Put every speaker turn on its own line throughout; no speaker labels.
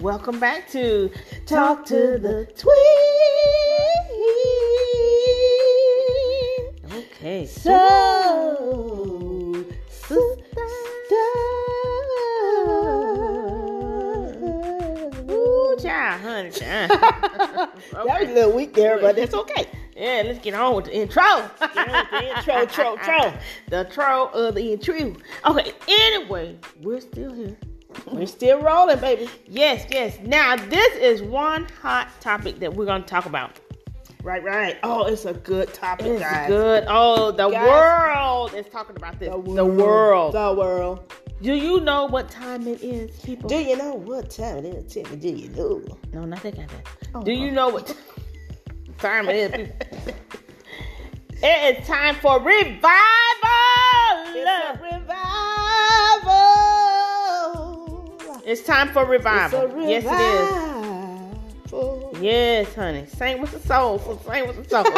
Welcome back to Talk to the Tween.
Okay.
So, sister.
Ooh, child, honey. child.
That was a little weak there, but that's okay.
yeah, let's get on with the intro. Get on with the
Intro, tro, tro.
The tro of the intro. Okay, anyway, we're still here.
We're still rolling, baby.
Yes, yes. Now, this is one hot topic that we're going to talk about.
Right, right. Oh, it's a good topic,
It's
guys.
good. Oh, the
Guys.
world is talking about this. The world.
The world.
Do you know what time it is, people?
Do you know what time it is? Timmy, do you know?
no, not that kind of.
Oh,
Do you
oh.
know what time it is? people? It is time for revival.
revival.
It's time for revival. Yes,
it
it is. Yes, honey. Sing with the soul. So Sing with the soul. no,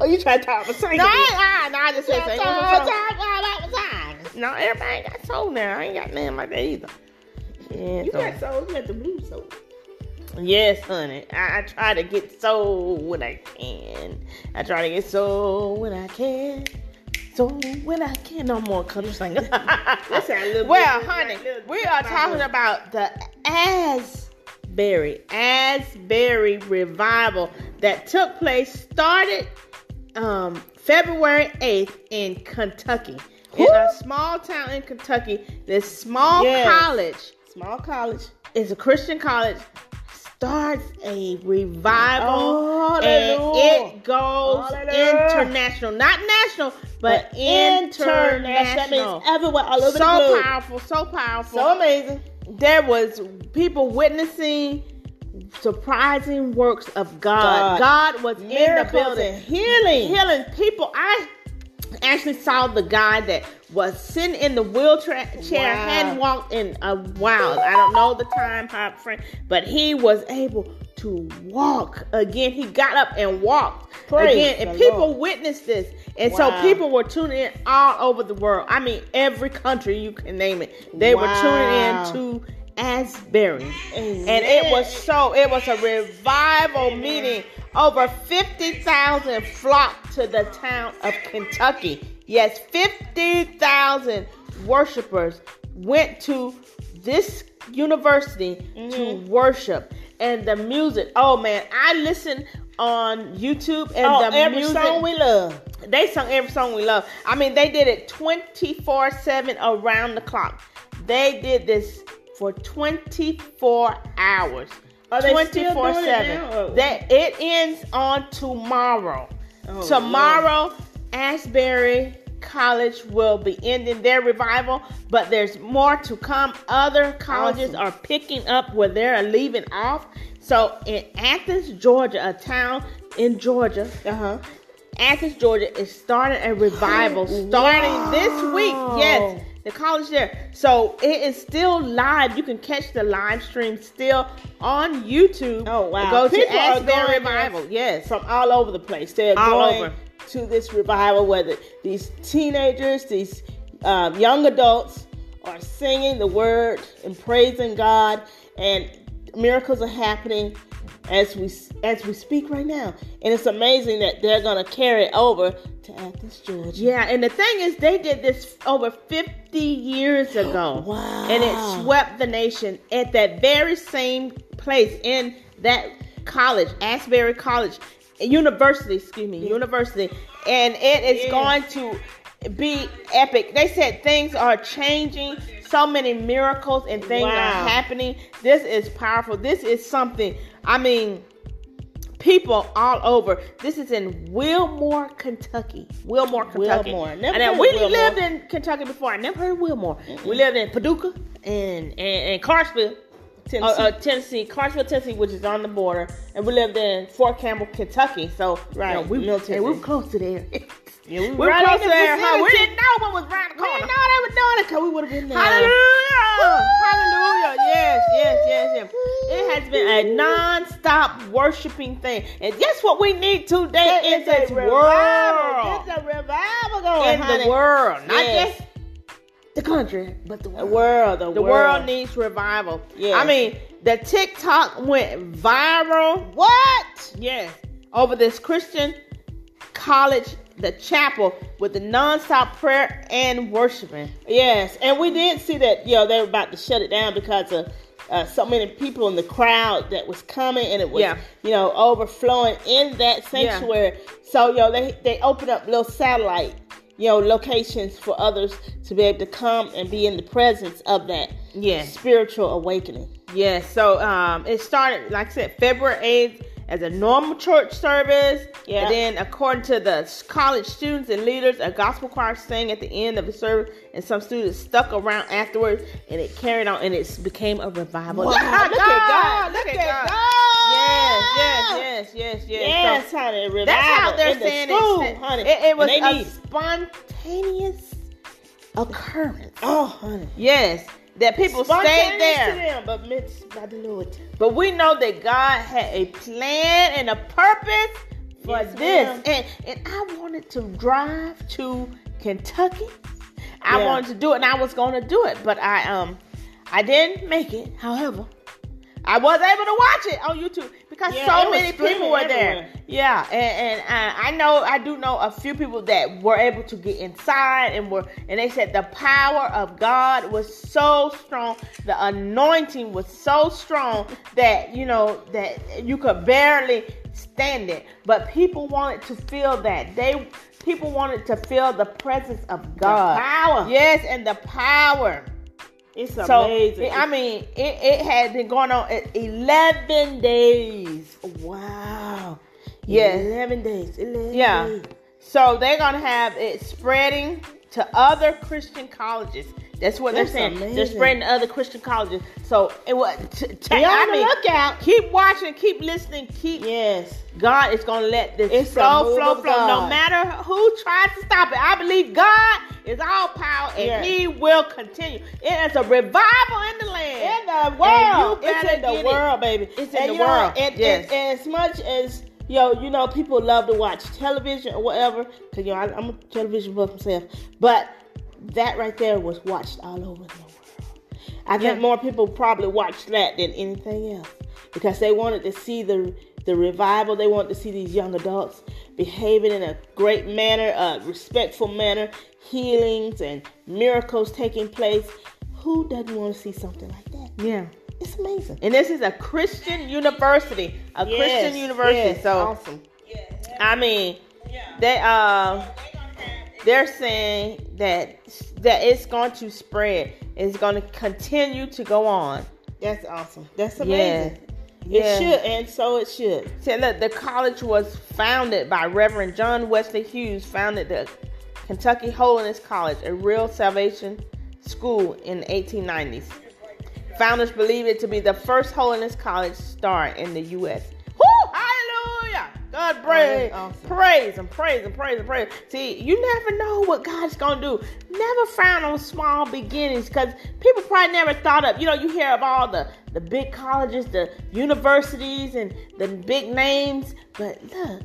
oh, you try to talk for singing.
I, no, I just said sing with the soul.
You
No, everybody ain't got soul now. I ain't got nothing like that either. Yes, honey.
got soul. You got the blue soul.
Yes, honey. I, I try to get soul when I can. I try to get soul when I can. Soul when I can. No more country singer.
That sound a little
well,
bit
honey,
like little-
we are
my
talking
voice.
about the Asbury Asbury revival that took place started um, February 8th in Kentucky. In
Whew.
a small town in Kentucky, this small
Yes.
college
Small college.
is a Christian college starts a revival
Oh,
and
hallelujah.
it goes
Hallelujah.
international, not national, but,
That means
international.
everywhere, all
so
over the globe.
powerful, so powerful.
So amazing.
there was people witnessing surprising works of God. God, was in the
Miracles
building,
and healing.
healing people. I actually saw the guy that was sitting in the wheelchair, chair,
Wow.
hand walked in a while. I don't know the time, how friend, but he was able to walk again. He got up and walked
Praise
again, and
the
people
Lord.
witnessed this. And so
Wow.
people were tuning in all over the world. I mean, every country you can name it. They
Wow.
were tuning in to Asbury.
Amen.
And it was so, it was a revival meeting. Over 50,000 flocked to the town of Kentucky. Yes, 50,000 worshipers went to this university
Mm-hmm.
to worship. And the music, oh man, I listened on YouTube and
Oh,
the
every
music
song we love.
they sung every song we love. I mean, they did it 24 7 around the clock. They did this for 24 hours.
Are they still doing it now, or-
That it ends on tomorrow.
Oh,
tomorrow, Asbury College will be ending their revival, but there's more to come. Other colleges
Awesome.
are picking up where they're leaving off. So in Athens, Georgia, a town in Georgia,
Uh huh.
Athens, Georgia is starting a revival starting this week. Yes,
Wow.
the college there. So it is still live. You can catch the live stream still on YouTube.
Oh, wow.
Go
People
to
are
Asbury
going there
Revival. Yes.
from all over the place. They're
All
going
over.
to this revival, whether these teenagers, these um, young adults are singing the word and praising God, and miracles are happening as we as we speak right now. And it's amazing that they're gonna carry it over to Athens, Georgia.
Yeah, and the thing is, they did this over 50 years ago.
Wow.
And it swept the nation at that very same place in that college, Asbury College, university, excuse me, university. And it is
Yes.
going to be epic. They said things are changing, so many miracles and things
Wow.
are happening. This is powerful. This is something, I mean, people all over. This is in Wilmore, Kentucky. Wilmore, Kentucky.
Wilmore. Never
And
heard of
we
Wilmore.
lived in Kentucky before. I never heard of Wilmore. We lived in Paducah
Uh,
and and, and Clarksville. uh,
Tennessee.
uh, Tennessee, Clarksville, Tennessee, which is on the border, and we lived in Fort Campbell, Kentucky. So,
Right,
you know, we,
military.
and we were close to there.
Yeah, we
we were
were right
close
in
to
the
there. huh? We
vicinity.
didn't know what was around the
We
corner.
didn't know they were doing it 'cause we would have been there.
Hallelujah! Hallelujah! Yes, yes, yes, yes. It has been a non-stop worshiping thing, and that's what we need today in this
It's a revival.
world.
It's a revival going
In
honey.
the world, not
Yes.
just the country, but the
The
world.
world, the,
The world needs revival.
Yes.
I mean, the TikTok went viral.
what?
Yes. Over this Christian college, the chapel, with the nonstop prayer and worshiping.
Yes, and we did see that. You know, they were about to shut it down because of uh, so many people in the crowd that was coming, and it was
Yeah.
you know overflowing in that
Yeah.
sanctuary. So you know, they they opened up little satellite you know locations for others to be able to come and be in the presence of that
Yes.
spiritual awakening.
Yes. So um, it started, like I said, February 8th as a normal church service.
Yeah.
And then, according to the s- college students and leaders, a gospel choir sang at the end of the service, and some students stuck around afterwards, and it carried on, and it became a revival.
Wow, look at God,
Look
look
at
at
God! Yes, yes, yes, yes, yes.
Yes,
So
honey, revival
that's how they're
in the
saying
school,
it.
honey.
It, it was
And
a
they need-
spontaneous occurrence.
oh, honey.
Yes, that people stayed
Spontaneous
there.
to them, but mixed by the Lord.
But we know that God had a plan and a purpose for
Yes,
this.
ma'am.
And, and I wanted to drive to Kentucky. I
Yeah.
wanted to do it and I was going to do it, but I um I didn't make it. However, I was able to watch it on YouTube because
Yeah, it
so
was
many people
streaming
were
everywhere.
there. Yeah, and, and I, I know I do know a few people that were able to get inside and were and they said the power of God was so strong, the anointing was so strong that you know that you could barely stand it. But people wanted to feel that they people wanted to feel the presence of God.
power.
yes, and the power.
It's
So
amazing.
I mean, it, it had been going on e- eleven days.
Wow.
Yes.
Eleven days. Eleven
Yeah.
days.
So they're gonna have it spreading to other Christian colleges. That's what
That's
they're saying. They're
amazing.
spreading to other Christian colleges. So it was. T- t-
Be on
I
the
mean,
lookout.
Keep watching. Keep listening. Keep.
Yes.
God is gonna let this
It's a
flow,
move
flow,
of
flow. No
God.
matter who tries to stop it, I believe God is all power and
Yes.
He will continue. It is a revival in the land.
In the
And
world.
you
It's
better
in the
get it.
world, baby.
It's in
and
the
you know,
world.
And,
Yes.
and, and as much as yo, you know, people love to watch television or whatever, because you know, I, I'm a television buff myself. But that right there was watched all over the world. I
Yeah.
think more people probably watched that than anything else because they wanted to see the the revival. They wanted to see these young adults behaving in a great manner, a respectful manner, healings and miracles taking place. Who doesn't want to see something like that?
Yeah.
It's amazing.
And this is a Christian university. A Christian university.
yes,
so
awesome.
I mean, they uh, they're saying that that it's going to spread. It's going to continue to go on.
That's awesome. That's
Yeah.
amazing.
Yeah.
It should, and so it should.
Say, look, the college was founded by Reverend John Wesley Hughes, founded the Kentucky Holiness College, a real salvation school in the 1890s. Founders believe it to be the first holiness college start in the U.S. Woo! Hallelujah! God praise,
Oh, that's awesome.
praise and praise and praise and praise. See, you never know what God's gonna do. Never frown on small beginnings, because people probably never thought of. You know, you hear of all the the big colleges, the universities, and the big names, but look,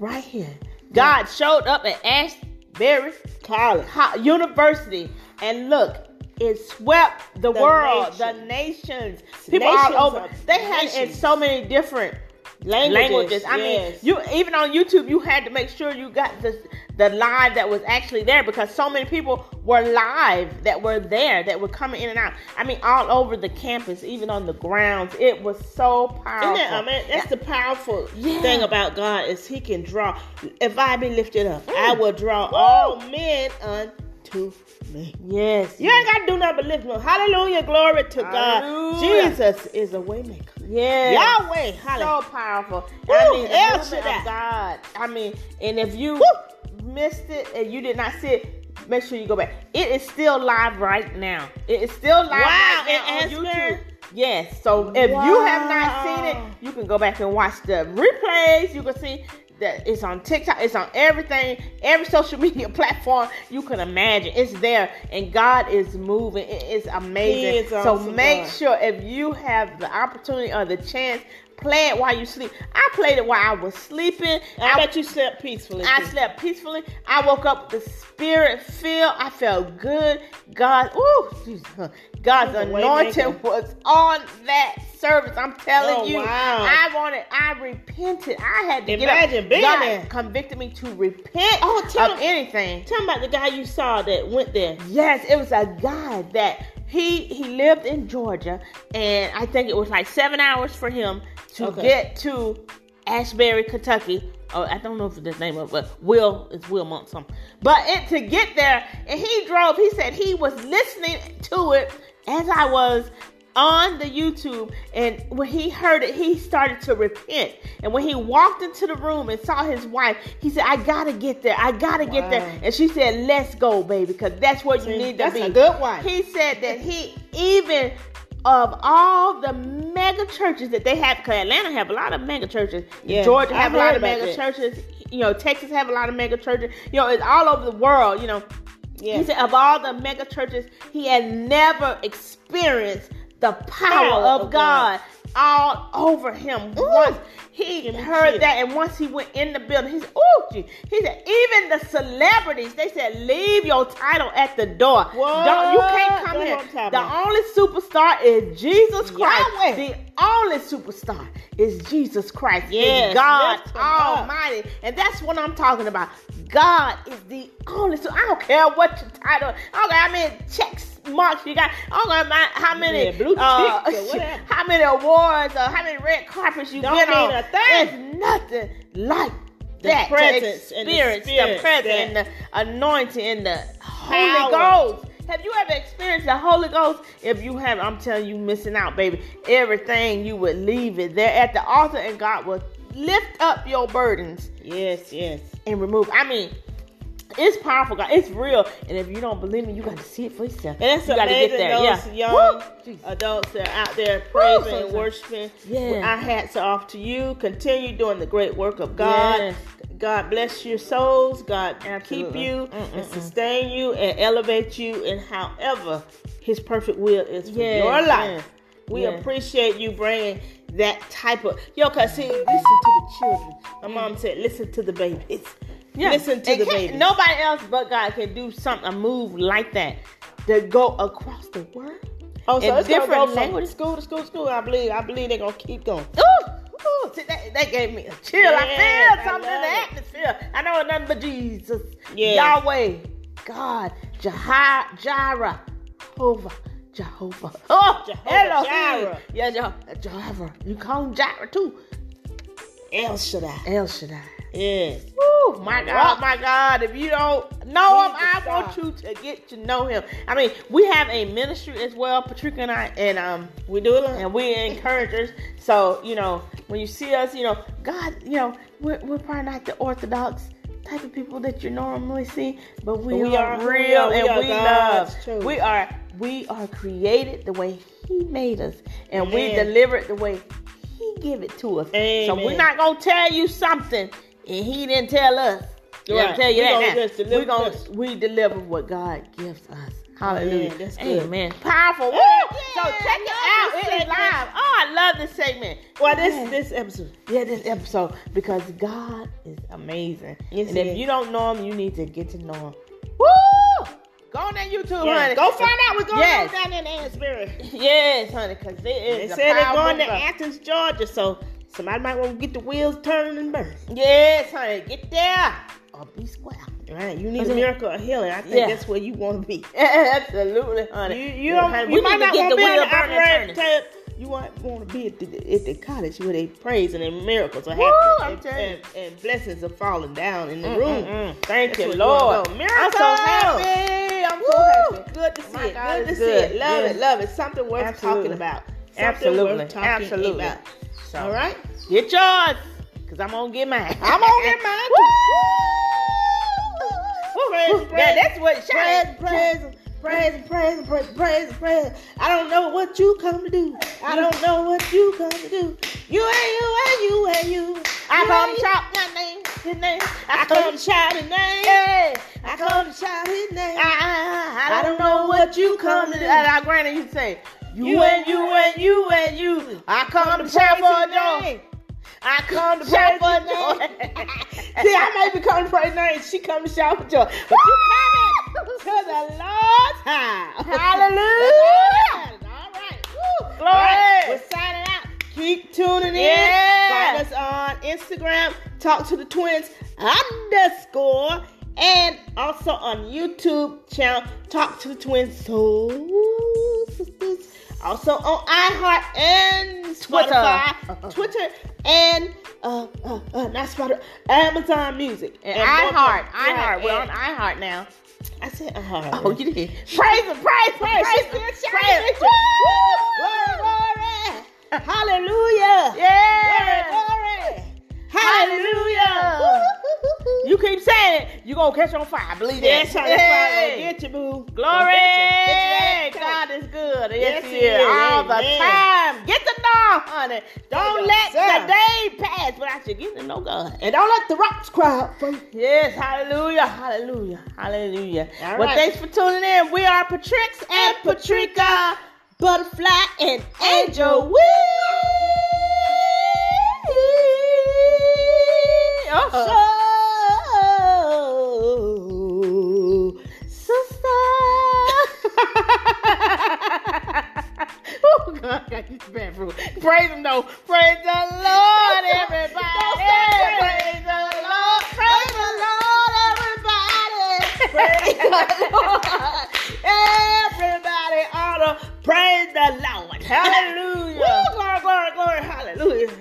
right here, God showed up at Ashbury
College.
co- University, and look. It swept the, world,
nations.
the nations, people
Nations
all over.
are-
They had it in
nations.
so many different
Languages.
languages. I
yes.
mean, you even on YouTube, you had to make sure you got the the live that was actually there because so many people were live that were there that were coming in and out. I mean, all over the campus, even on the grounds, it was so powerful.
Isn't that, I mean, that's the powerful
Yeah.
thing about God is He can draw. If I be lifted up, I will draw all men unto me.
yes,
You ain't got to do nothing but lift me. up. Hallelujah, glory to God.
Hallelujah.
Jesus is a waymaker.
yes.
Yahweh, hallelujah.
so powerful. I
Woo,
mean, the
El
movement
Shaddai.
of God. I mean, and if you
Woo.
missed it and you did not see it, make sure you go back. It is still live right now. It is still live
Wow,
right
in
now on YouTube.
Asbury?
Yes. So if you have not
Wow.
seen it, you can go back and watch the replays. You can see that it's on TikTok, it's on everything, every social media platform you can imagine. It's there, and God is moving. It is
He
amazing.
is
so
awesome,
make
God.
sure if you have the opportunity or the chance, play it while you sleep. I played it while I was sleeping.
I, bet you slept peacefully.
I
too.
slept peacefully. I woke up the spirit filled. I felt good. God, ooh, Jesus. God's
He's a way maker.
anointing was on that service. I'm telling
Oh,
you,
wow.
I wanted. I repented. I had to get
Imagine
up.
being
God
there.
convicted me to repent
Oh, tell
of
me-
anything.
Tell me about the guy you saw that went there.
Yes, it was a guy that he he lived in Georgia, and I think it was like seven hours for him to
Okay.
get to Ashbury, Kentucky. Oh, I don't know if it's the name of it, but Will it's Will Monson. But it to get there, and he drove. He said he was listening to it as I was on the YouTube, and when he heard it, he started to repent. And when he walked into the room and saw his wife, he said, "I gotta get there. I gotta get there."
Wow.
And she said, "Let's go, baby, because that's where you
See,
need to
that's
be."
a good wife.
He said that he even of all the mega churches that they have, because Atlanta have a lot of mega churches,
Yeah,
Georgia
I
have a
heard
lot of
about
mega
that.
churches, you know, Texas have a lot of mega churches, you know, it's all over the world, you know.
Yeah.
He said of all the mega churches, he had never experienced the power of,
of God.
God. all over him. Once he
Give me
heard
chills.
that, and once he went in the building, he said, "Ooh, gee." he said even the celebrities." They said, "Leave your title at the door.
What?
Don't- you can't come
That's what I'm
here."
talking
The
about.
only superstar is Jesus Christ.
Yahweh.
The only superstar is Jesus Christ.
Yes,
Yes, God
lift him up.
Almighty, and that's what I'm talking about. God is the only. So I don't care what your title. I don't care how many checks marks you got. I don't care about how many
Yeah, blue
uh,
chicks or whatever.
how many awards or how many red carpets you've
Don't
been
mean
on.
a thing.
It's nothing like
The
that. to
presence and the
experience,
spirit
presence,
that-
and the anointing, and the
Power.
Holy Ghost. Have you ever experienced the Holy Ghost? If you have, I'm telling you, missing out, baby. Everything you would leave it there at the altar, and God will lift up your burdens
Yes, yes.
and remove. I mean, it's powerful, God. It's real, and if you don't believe me, you got to see it for yourself.
And that's
you gotta
amazing.
get there.
Those
yeah.
young uh,
Woo! Jesus.
adults that are out there praising and
Jesus.
worshiping.
Yeah.
Our hats are off to you. Continue doing the great work of God.
Yes.
God bless your souls. God keep
Absolutely.
you
Mm,
and
mm, mm.
sustain you and elevate you in however His perfect will is for
Yes,
your life.
yes,
We
yes.
appreciate you bringing that type of yo. Cause see, listen to the children. My mom said, listen to the babies. Listen to
Mm. And
the
can't-
babies.
Nobody else but God can do something, a move like that, to go across the world.
Oh, so
in
it's different
different
go from
languages.
school to school to school. I believe. I believe they're gonna keep going.
Ooh, ooh, see, that, that gave me a chill.
Yes,
I
I
feel something in the
love
atmosphere. I know it's nothing but Jesus,
Yes.
Yahweh, God, Jah- Jireh, Jehovah. Jehovah. Oh,
Jehovah
hello.
Jireh.
Yeah, Jehovah. Jehovah. You call him Jireh too.
El Shaddai.
El Shaddai.
Yes.
Woo, my God,
rock.
my God. If you don't know him,
He's the
I want
star.
you to get to know him. I mean, we have a ministry as well, Patrick and I, and um
We do it.
and we encouragers. So, you know, when you see us, you know, God, you know, we're, we're probably not the orthodox type of people that you normally see, but we,
We
are,
are who we
real
are. We
and
are
we
God's
love.
children.
We are we are created the way He made us, and we
Amen.
delivered the way He give it to us. So
Amen.
we're not gonna tell you something, and He didn't tell us. Yeah,
Right.
I'm telling you
We
that
gonna
now.
just deliver
we gonna
this.
we deliver what God gives us. Hallelujah.
Amen. That's good.
Amen. Powerful. Woo! So check it out.
love this
It is
segment.
live. Oh, I love this segment.
Well, this this episode.
Yeah, this episode because God is amazing.
Yes,
and
he
if
is.
you don't know Him, you need to get to know Him. Woo! Go on that YouTube,
Yeah.
honey.
Go find out what's going
Yes.
on down in Asbury.
Yes, honey, because it
They
is. a
said they're
powerful
going to
God.
Athens, Georgia. So somebody might want to get the wheels turning and burn.
Yes, honey, get there or be square.
Right. You need
Okay.
a miracle of healing. I think
Yeah.
that's where you want to be.
Absolutely,
You
honey.
you
Yeah,
don't.
honey,
you
we
might
need to
not
get
want to be
wheel
in the
burning,
operating
turning.
table. You might want to be at the, at the college where they praise and the miracles are
Woo,
happening.
I'm
and,
telling you.
and, and blessings are falling down in the
Mm,
room.
mm, mm. Thank
That's
you,
where you wanna
Lord.
go.
I'm so happy. I'm so
Woo!
happy.
Good to see
My
it.
God
Good to
is
see it.
good.
Love
Yes.
it. Love it. Something worth
Absolutely.
talking about. Something
Absolutely.
worth talking
Absolutely.
about.
So,
All right.
Get yours, because I'm going to get mine.
I'm gonna get mine, too.
Woo!
Praise,
Woo!
praise,
yeah, that's what
Praise,
shout.
praise, praise, praise, praise, praise, praise. I don't know what you come to do. I don't know what you come to do. You ain't you, ain't you, ain't you.
I
You
come
ain't
chop my name.
his name.
I call him shout his name.
Hey,
I call him shout his name.
I,
I don't know what you come to. And our granny used to say, you and you and you and you. I come to pray for a
name.
dog. I come to pray
Shout
for a
his name.
dog.
See, I may be coming for his name. She come to shout for joy. But you coming to the Lord's house.
Hallelujah.
All right. Woo.
Glory.
All right. We're signing out. Keep tuning in.
Yeah.
Find us on Instagram. Talk to the twins underscore. And also on YouTube channel. Talk to the twins. Soul sisters. Also on iHeart and
Twitter.
Spotify, Twitter, and uh, uh, uh, not Spotify, Amazon Music,
And iHeart,
Walmart.
iHeart. We're on
and-
iHeart now.
I said iHeart.
Oh, you did.
Praise him, praise him, praise
Praise
him,
him,
praise him.
praise him.
Woo! Glory, glory. Hallelujah.
Yeah.
Glory, glory.
Hallelujah.
Woo-hoo-hoo-hoo.
You keep saying it, you gonna catch on fire. Believe
Yes,
that.
honey, that's why I
Yeah.
get you, boo.
Glory!
Get you, get you that
God is good.
Yes,
Yes,
he
He is.
is.
All the
Amen.
time. Get to know, honey. Don't
Yes,
let
sir.
the day pass without you getting to know God.
And don't let the rocks cry out for you.
Yes, hallelujah, hallelujah, hallelujah.
All
well,
right.
thanks for tuning in. We are Patrix and Patrica, Butterfly and Angel. Wee!
Uh-huh.
Oh, sister. oh, God, I got you bad for it. Praise him, though. Praise the Lord, everybody.
Don't say praise.
Praise the Lord. Praise the Lord, everybody.
Praise the Lord.
Everybody ought to praise the Lord. Hallelujah.
Woo, glory, glory, glory. Hallelujah.